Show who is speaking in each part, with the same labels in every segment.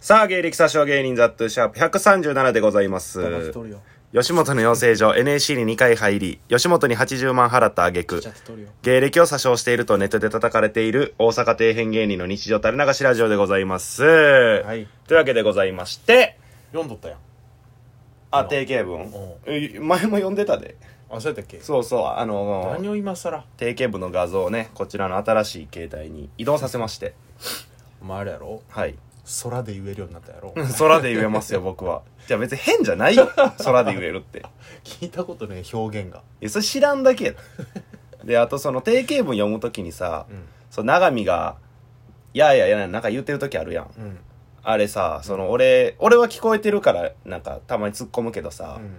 Speaker 1: さあ、芸歴詐称芸人ザットゥシャープ137でございます。
Speaker 2: 黙っとるよ
Speaker 1: 吉本の養成 所 NAC に2回入り、吉本に80万払った挙句
Speaker 2: ちゃっとるよ
Speaker 1: 芸歴を詐称しているとネットで叩かれている大阪底辺芸人の日常垂れ流しラジオでございます。
Speaker 2: い
Speaker 1: というわけでございまして、
Speaker 2: 読んどったやん
Speaker 1: あ、定型文え前も読んでたで。
Speaker 2: あそうやったっけ
Speaker 1: そうそう、あの
Speaker 2: 何を今更
Speaker 1: 定型文の画像をね、こちらの新しい携帯に移動させまして。
Speaker 2: お前あれやろ
Speaker 1: はい。
Speaker 2: 空で言えるようになったやろ
Speaker 1: 空で言えますよ、僕は。じゃあ別に変じゃないよ。空で言えるって。
Speaker 2: 聞いたことねえ表現が
Speaker 1: いやそれ知らんだけやであとその定型文読むときにさ、
Speaker 2: うん
Speaker 1: その永見が「いやいやいや」なんか言ってる時あるやん
Speaker 2: うん
Speaker 1: あれさその俺俺は聞こえてるからなんかたまに突っ込むけど
Speaker 2: う
Speaker 1: さ、
Speaker 2: ん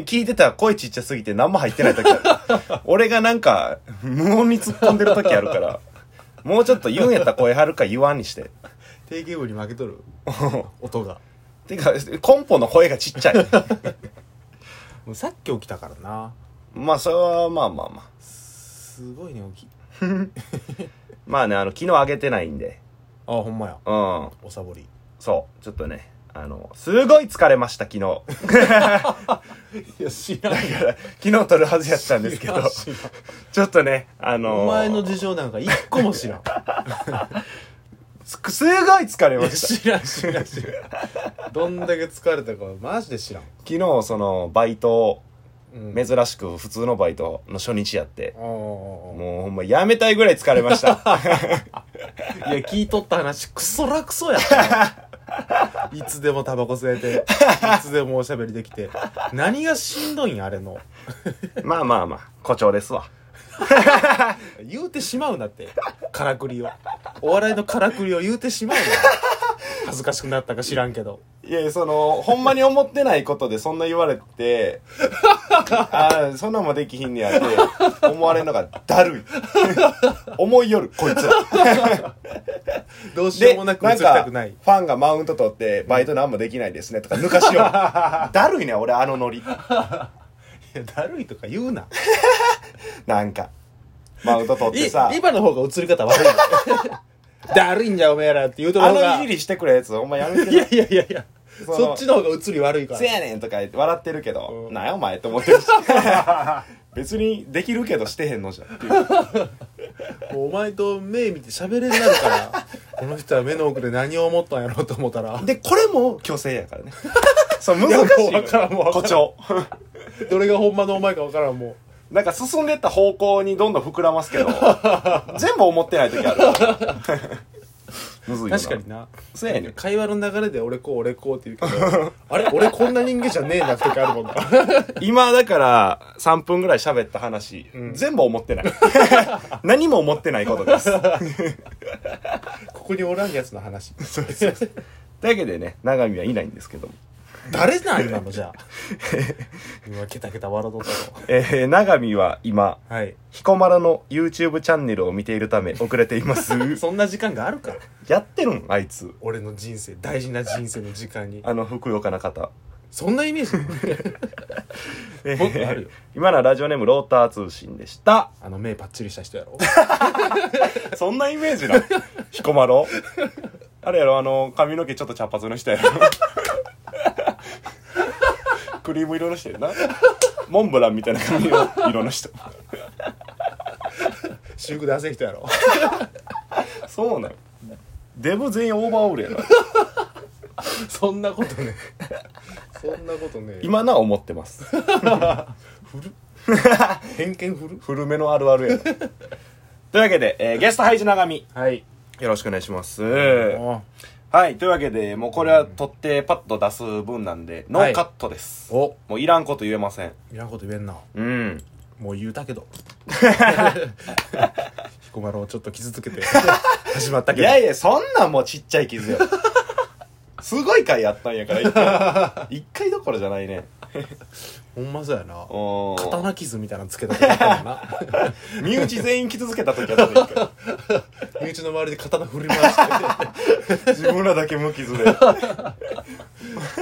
Speaker 1: 聞いてたら声ちっちゃすぎて何も入ってない 時ある俺がなんか無音に突っ込んでる時あるからもうちょっと言うんやったら声張るか言わんにして
Speaker 2: 定型文に負け とる音が
Speaker 1: てかコンポの声がちっ ちゃい
Speaker 2: もうさっき起きたからな
Speaker 1: まあそれはまあまあまあ
Speaker 2: すごいね起き
Speaker 1: まあねあの昨日上げてないんで
Speaker 2: あほんまや
Speaker 1: うん
Speaker 2: おさぼり
Speaker 1: そう、ちょっとね、あの、すごい疲れました、昨日。
Speaker 2: いや知らん
Speaker 1: だから昨日撮るはずやったんですけど、ちょっとね、あのー
Speaker 2: お前の事情なんか一個も 知らん
Speaker 1: すすごい疲れました。
Speaker 2: 知らん知らん知 らんどんだけ疲れたかマジで知らん
Speaker 1: 昨日、その、バイト、
Speaker 2: うん
Speaker 1: 珍しく普通のバイトの初日やって、
Speaker 2: ああ
Speaker 1: もうほんまやめたいぐらい疲れま した。
Speaker 2: いや、聞いとった話、クソラクソや ったないつでもタバコ吸えて、いつでもおしゃべりできて。何がしんどいん、あれの。
Speaker 1: まあまあまあ、誇張ですわ。
Speaker 2: 言うてしまうなって、からくりを。お笑いのからくりを言うてしまうな。恥ずかしくなったか知らんけど。
Speaker 1: いや、その、ほんまに思ってないことでそんな言われ て、ああ、そんなんもできひんねやって、思われるのがだるい。思いよる、こいつら。
Speaker 2: どうしよ
Speaker 1: で、
Speaker 2: うも
Speaker 1: な
Speaker 2: なんく映
Speaker 1: か、
Speaker 2: り
Speaker 1: フ
Speaker 2: たくない。
Speaker 1: ァンがマウント取って、バイトなんもできないですねとか抜か しよう。だるいね、俺、あのノリ。
Speaker 2: いや、だるいとか言うな。
Speaker 1: なんか、マウント取っ
Speaker 2: い
Speaker 1: てさ、
Speaker 2: 今の方が映り方悪いよ。 だるいんじゃ、おめえらって言うとこ
Speaker 1: あ
Speaker 2: ろ
Speaker 1: の
Speaker 2: が。
Speaker 1: いじ
Speaker 2: い
Speaker 1: りしてくるやつ、お前やめて
Speaker 2: や
Speaker 1: ない。
Speaker 2: いやいやいや。
Speaker 1: その
Speaker 2: そっちの方が映り悪いから
Speaker 1: せ。やねんとか言って笑ってるけど、
Speaker 2: うん
Speaker 1: なんやお前と思って るし。別にできるけどしてへんのじゃんっていう。
Speaker 2: もうお前と目見て喋れになるから この人は目の奥で何を思ったんやろうと思ったら
Speaker 1: で、これも虚勢やから ね。そう、難しい
Speaker 2: いやもう
Speaker 1: よ。
Speaker 2: わからんもうわからん
Speaker 1: 誇張。
Speaker 2: どれがほんまのお前か分からんも
Speaker 1: なんか進んでった方向にどんどん膨らますけ ど、全部思ってない時ある。むずいうよな
Speaker 2: 確かに。な
Speaker 1: そうやねん。
Speaker 2: 会話の流れで俺こう俺こうって言うけ どあれ俺こんな人間じゃねえなって時あるもんな
Speaker 1: 今だから3分ぐらい喋った話、全部思って ない何も思ってないことですというわ
Speaker 2: ここにおらんやつの 話
Speaker 1: けでね永見はいないんですけども、
Speaker 2: 誰なんなのじゃ あ今ケタケタ笑うとったの
Speaker 1: えー、永見は今
Speaker 2: はい
Speaker 1: 彦摩呂の YouTube チャンネルを見ているため遅れています
Speaker 2: そんな時間があるか
Speaker 1: やってるんあいつ
Speaker 2: 俺の人生大事な人生の時間に
Speaker 1: あのふくよかな方、
Speaker 2: そんなイメージ
Speaker 1: え
Speaker 2: もっとあるよ
Speaker 1: 今のはラジオネームローター通信でした
Speaker 2: あの目パッチリした人や ろ
Speaker 1: そんなイメージなの彦摩呂あれやろあの髪の毛ちょっと茶髪の人やろ クリーム色の人やなモンブランみたいな髪の色の人
Speaker 2: 私服出せ人やろ
Speaker 1: そうなのデブ全員オーバーオールやな
Speaker 2: そんなことね。 そんなことね。
Speaker 1: 今な思ってます
Speaker 2: 偏見振る
Speaker 1: 古めのあるあるやなというわけで、えーゲストハイジ長見
Speaker 2: はい。
Speaker 1: よろしくお願いします
Speaker 2: お
Speaker 1: はいというわけでもうこれは取ってパッと出す分なんでノーカットです、
Speaker 2: お
Speaker 1: もういらんこと言えません
Speaker 2: いらんこと言えんな。
Speaker 1: うん
Speaker 2: もう言うたけ ど。彦摩呂をちょっと傷つ けて始まった
Speaker 1: い
Speaker 2: けど。
Speaker 1: やいや、そんなんもうちっちゃい傷 よ。すごい回やったんやから、一 回。一回どころじゃないね。
Speaker 2: ほんまそうやな。
Speaker 1: おー
Speaker 2: 刀傷みたいなのつけたことあったも んな。
Speaker 1: 身内全員傷つけた時やったんや から。
Speaker 2: 身内の周りで刀振り回し
Speaker 1: 自分らだけ無傷で。
Speaker 2: て。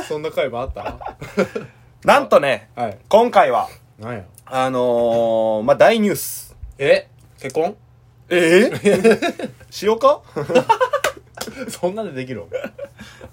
Speaker 2: そんな回もあった
Speaker 1: なんとね、
Speaker 2: はい。
Speaker 1: 今回は、
Speaker 2: なんや。
Speaker 1: あのー、まあ、大ニュース。
Speaker 2: え結婚
Speaker 1: ええしようか
Speaker 2: そんなんでできる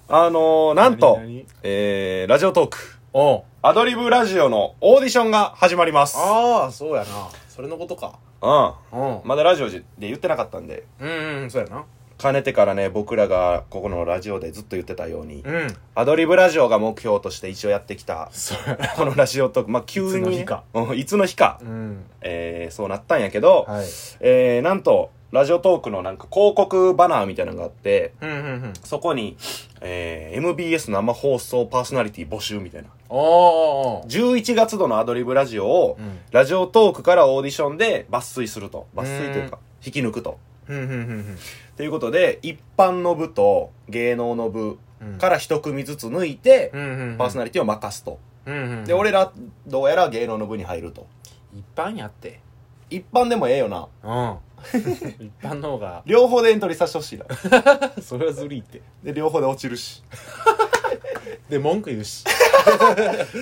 Speaker 1: あのー、なんと
Speaker 2: 何何、
Speaker 1: えー、ラジオトーク、
Speaker 2: おう
Speaker 1: アドリブラジオのオーディションが始まります。うん。
Speaker 2: ああそうやなそれのことか
Speaker 1: ま
Speaker 2: うん
Speaker 1: だラジオで言ってなかったんで、
Speaker 2: うんうんそうやな
Speaker 1: かねてからね、僕らがここのラジオでずっと言ってたように、
Speaker 2: うん
Speaker 1: アドリブラジオが目標として一応やってき た、
Speaker 2: そうやな
Speaker 1: このラジオトーク、まあ、急に、ね、
Speaker 2: いつの日か
Speaker 1: うん。いつの日か、
Speaker 2: うん
Speaker 1: えー、そうなったんやけど、
Speaker 2: はい
Speaker 1: えー、なんと、ラジオトークのなんか広告バナーみたいなのがあって、
Speaker 2: うんうんうん
Speaker 1: そこに、えー、MBS 生放送パーソナリティ募集みたいな。
Speaker 2: おーおーおー
Speaker 1: 11月度のアドリブラジオを、
Speaker 2: うん
Speaker 1: ラジオトークからオーディションで抜粋すると。抜粋というか、引き抜くと。
Speaker 2: うんうんうん
Speaker 1: ということで、一般の部と芸能の部
Speaker 2: うん
Speaker 1: から一組ずつ抜いて
Speaker 2: う、んうんうん
Speaker 1: パーソナリティを任すと。
Speaker 2: うんうん
Speaker 1: で、俺ら、どうやら芸能の部に入ると。
Speaker 2: 一般やって
Speaker 1: 一般でもええよな。
Speaker 2: うん一般の方が
Speaker 1: 両方でエントリーさせてほしいな。
Speaker 2: それはずるいって
Speaker 1: で、両方で落ちるし。
Speaker 2: で文句言うし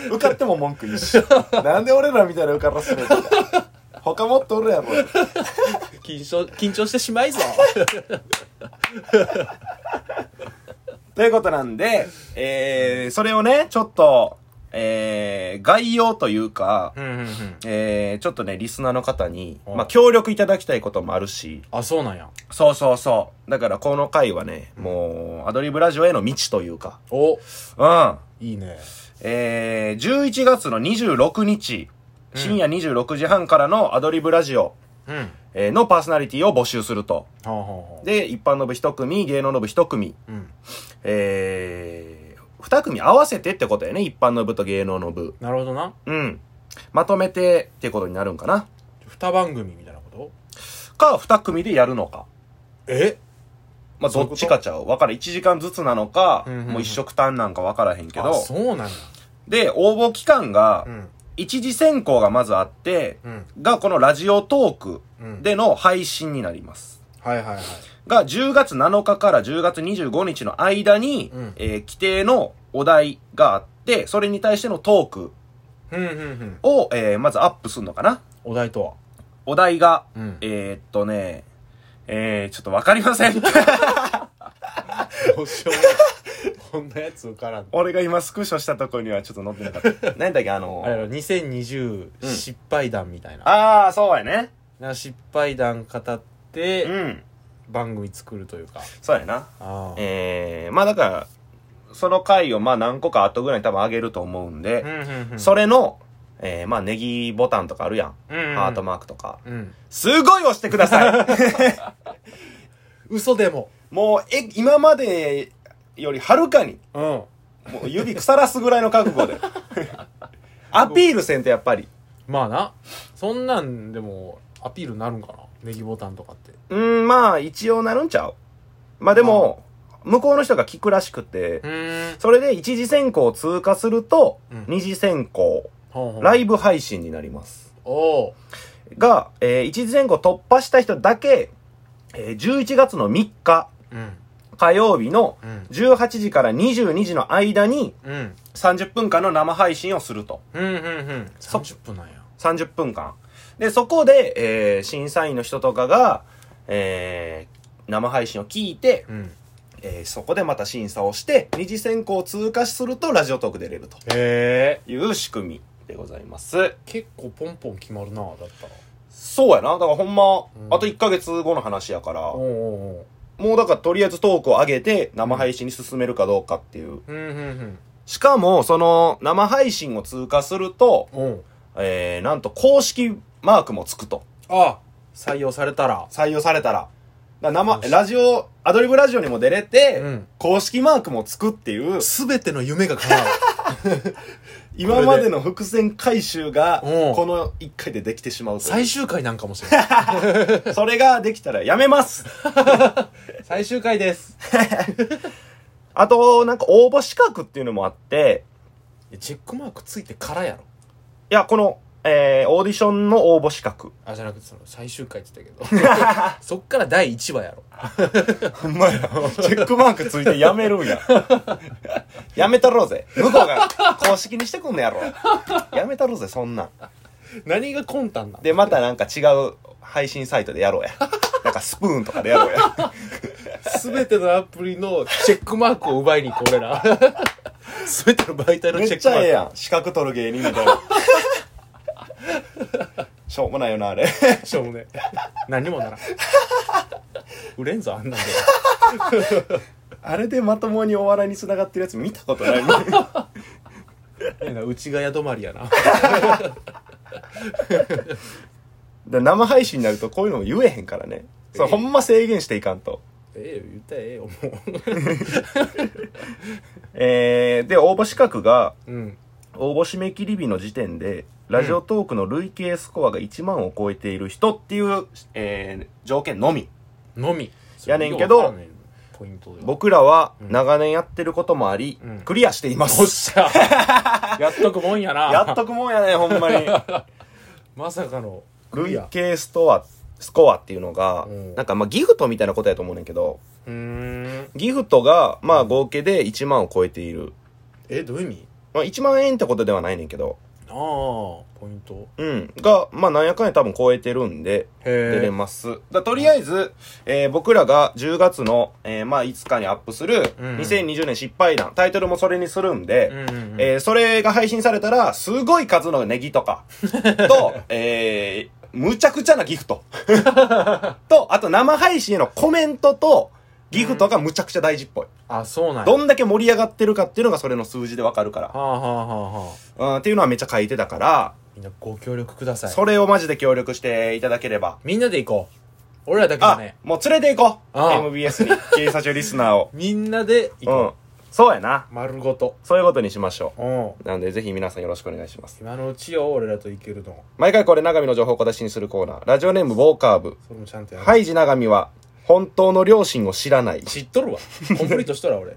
Speaker 1: 受かっても文句言う し。なんで俺らみたいな受からするんだ他もっとおるやろ。
Speaker 2: 緊張緊張してしまいぞ
Speaker 1: ということなんで、えー、それをね、ちょっと、えー、概要というか、
Speaker 2: うんうんうん
Speaker 1: えー、ちょっとね、リスナーの方に、
Speaker 2: はい
Speaker 1: まあ、協力いただきたいこともあるし、
Speaker 2: あそうなんや
Speaker 1: そうそうそう。だから、この回はね、もう、アドリブラジオへの道というか、
Speaker 2: お
Speaker 1: うん。
Speaker 2: いいね
Speaker 1: えー、11月の26日、深夜26時半からのアドリブラジオ、
Speaker 2: うんは
Speaker 1: えーのパーソナリティを募集すると。
Speaker 2: あはあはあ
Speaker 1: で、一般の部一組、芸能の部一組、
Speaker 2: うん
Speaker 1: えー、二組合わせてってことやね。一般の部と芸能の部。
Speaker 2: なるほどな
Speaker 1: うん。まとめてってことになるんかな。
Speaker 2: 二番組みたいなこと
Speaker 1: か、二組でやるのか。
Speaker 2: え
Speaker 1: まあ、
Speaker 2: そう
Speaker 1: どっ
Speaker 2: いうこと
Speaker 1: ちかちゃう。わからん。1時間ずつなのか、
Speaker 2: うんうんうん
Speaker 1: もう一食単なんかわからへんけ
Speaker 2: あ
Speaker 1: ど。
Speaker 2: そうなんや
Speaker 1: で、応募期間が
Speaker 2: う、ん
Speaker 1: 一次選考がまずあって、
Speaker 2: うん
Speaker 1: が、このラジオトーク
Speaker 2: うん
Speaker 1: での配信になります。
Speaker 2: はいはいはい
Speaker 1: が、10月7日から10月25日の間に、
Speaker 2: うん
Speaker 1: えー規定のお題があって、それに対してのトーク
Speaker 2: うんうんうん
Speaker 1: を、えーまずアップするのかな
Speaker 2: お題とは
Speaker 1: お題が、
Speaker 2: うん
Speaker 1: えー、っとね、えー、ちょっとわかりません。
Speaker 2: どうしようもないこんなやつ 受からん
Speaker 1: 俺が今スクショしたとこにはちょっと載ってなか った。何だっけ、あの
Speaker 2: あれやろ2020失敗談みたいな,、
Speaker 1: ああ、そうやね。
Speaker 2: な失敗談語っ
Speaker 1: う
Speaker 2: て
Speaker 1: ん。
Speaker 2: 番組作るというか
Speaker 1: そうやな。
Speaker 2: ああ
Speaker 1: えー、まあだから、その回をまあ何個か後ぐらいに多分上げると思うんで、
Speaker 2: うんうん
Speaker 1: それの、えー、まあネギボタンとかあるやん。
Speaker 2: うんうん
Speaker 1: ハートマークとか。
Speaker 2: うん
Speaker 1: すごい押してくださ い
Speaker 2: 嘘でも
Speaker 1: もう、え、今までよりはるかに、
Speaker 2: うん
Speaker 1: もう指腐らすぐらいの覚悟 で。アピールせんとやっぱり。
Speaker 2: まあなそんなんでもアピールなるんかなネギボタンとかって
Speaker 1: うーん、まあ一応なるんちゃう。まあでも、向こうの人が聞くらしくて、
Speaker 2: ん
Speaker 1: それで一次選考を通過すると、
Speaker 2: うん
Speaker 1: 二次選考、
Speaker 2: ほうほう
Speaker 1: ライブ配信になります。
Speaker 2: おう
Speaker 1: が、えー一次選考突破した人だけ、えー11月の3日、
Speaker 2: うん
Speaker 1: 火曜日の
Speaker 2: うん
Speaker 1: 18時から22時の間に
Speaker 2: うん
Speaker 1: 30分間の生配信をすると。
Speaker 2: うんうんうん
Speaker 1: そ
Speaker 2: 30分なんや
Speaker 1: 30分間。で、そこで、えー審査員の人とかが、えー生配信を聞いて、
Speaker 2: うん
Speaker 1: えーそこでまた審査をして、二次選考を通過するとラジオトーク出れると
Speaker 2: へえ
Speaker 1: いう仕組みでございます。
Speaker 2: 結構ポンポン決まるなだったら
Speaker 1: そうやな。だからほんま、
Speaker 2: ん
Speaker 1: あと1ヶ月後の話やから、
Speaker 2: おうおうおう
Speaker 1: もうだからとりあえずトークを上げて生配信に進めるかどうかっていう。
Speaker 2: うんうん
Speaker 1: しかも、その生配信を通過すると、
Speaker 2: うんおう
Speaker 1: えー、なんと公式マークもつくと。
Speaker 2: あ採用されたら
Speaker 1: 採用されたら。だから
Speaker 2: よ
Speaker 1: 生、
Speaker 2: し
Speaker 1: ラジオ、アドリブラジオにも出れて、
Speaker 2: うん
Speaker 1: 公式マークもつくっていう、
Speaker 2: すべての夢が 叶う
Speaker 1: 今までの伏線回収が、
Speaker 2: うん
Speaker 1: この1回でできてしまうとい
Speaker 2: 最終回なんかもしれない
Speaker 1: う。それができたらやめます
Speaker 2: 最終 回です
Speaker 1: あと、なんか応募資格っていうのもあって、
Speaker 2: いやチェックマークついてからやろ
Speaker 1: いや、この、えー、オーディションの応募資格。
Speaker 2: あじゃなくてその最終回って言ったけど そっから第1話やろ
Speaker 1: ほんまや。チェックマークついてやめるんや。やめたろうぜ。向こうが公式にしてくんのやろ。やめたろうぜ、そんなん。
Speaker 2: 何が魂胆な ん
Speaker 1: で、またなんか違う配信サイトでやろうや。なんかスプーンとかでやろうや。
Speaker 2: 全てのアプリのチェックマークを奪いに行こう俺 ら全ての媒体 の
Speaker 1: め
Speaker 2: チェ
Speaker 1: っ
Speaker 2: ック
Speaker 1: ち
Speaker 2: マ
Speaker 1: ゃええ
Speaker 2: ーク
Speaker 1: やん資格取る芸人みたい なしょうもないよなあれ
Speaker 2: しょうもねえ何にもならん売れんぞあんなんで
Speaker 1: あれでまともにお笑いにつながってるやつ見たことない
Speaker 2: なんか内が宿まりやな
Speaker 1: で生配信になるとこういうのも言えへんからねそう
Speaker 2: ええ
Speaker 1: ほんま制限していかんと
Speaker 2: ええよ言ったらええよも
Speaker 1: えー、で応募資格が
Speaker 2: ううん
Speaker 1: 応募締め切り日の時点でラジオトークの累計スコアが1万を超えている人っていう、えー条件のみ
Speaker 2: のみ
Speaker 1: やねんけど
Speaker 2: それようわからんねんポイントで
Speaker 1: 僕らは
Speaker 2: うん
Speaker 1: 長年やってることもあり、
Speaker 2: うん
Speaker 1: クリアしています
Speaker 2: おっしゃ やっとくもんやな
Speaker 1: やっとくもんやねほんま に
Speaker 2: まさかのクリ
Speaker 1: 累
Speaker 2: ア
Speaker 1: 計ストアスコアっていうのが、
Speaker 2: うん
Speaker 1: なんかまあギフトみたいなことやと思うねんけど
Speaker 2: うーん
Speaker 1: ギフトがまあ合計で1万を超えている、
Speaker 2: えどういう意味
Speaker 1: まあ、1万円ってことではないねんけど
Speaker 2: ああポイント
Speaker 1: うんがまあなんやかんや多分超えてるんで出
Speaker 2: へ
Speaker 1: れ
Speaker 2: え
Speaker 1: ます。だとりあえず、えー僕らが10月の、えーまあ、5日にアップする、
Speaker 2: うん
Speaker 1: 2020年失敗談、タイトルもそれにするんで、
Speaker 2: うんうんうん
Speaker 1: えーそれが配信されたら、すごい数のネギと か、と、えーむちゃくちゃなギフ ト。と、あと生配信へのコメントと、ギフトがむちゃくちゃ大事っぽい。
Speaker 2: あそうなんや
Speaker 1: どんだけ盛り上がってるかっていうのがそれの数字でわかるか
Speaker 2: は
Speaker 1: ら。
Speaker 2: あはあはあは
Speaker 1: う
Speaker 2: あ
Speaker 1: ん、っていうのはめっちゃ書いてたから、
Speaker 2: みんなご協力ください
Speaker 1: それをマジで協力していただければ。
Speaker 2: みんなで行こう俺らだけじゃ
Speaker 1: あ
Speaker 2: ね、
Speaker 1: もう連れて行こう。
Speaker 2: ああ。
Speaker 1: MBS に、警察署リスナーを
Speaker 2: みんなで行
Speaker 1: うん
Speaker 2: こ。
Speaker 1: そうやな
Speaker 2: う、。丸ごと
Speaker 1: そういうことにしましょ
Speaker 2: うん
Speaker 1: う。なので、ぜひ皆さんよろしくお願いします。
Speaker 2: 今のうちよ俺らと行けるの
Speaker 1: 毎回これ、長見の情報を小出しにするコーナー。ラジオネーム、ウォーカーブ。
Speaker 2: それもちゃんとやる
Speaker 1: ハイジ長見は、本当の両親を知らない。
Speaker 2: 知っとるわコンプリートしとるわ俺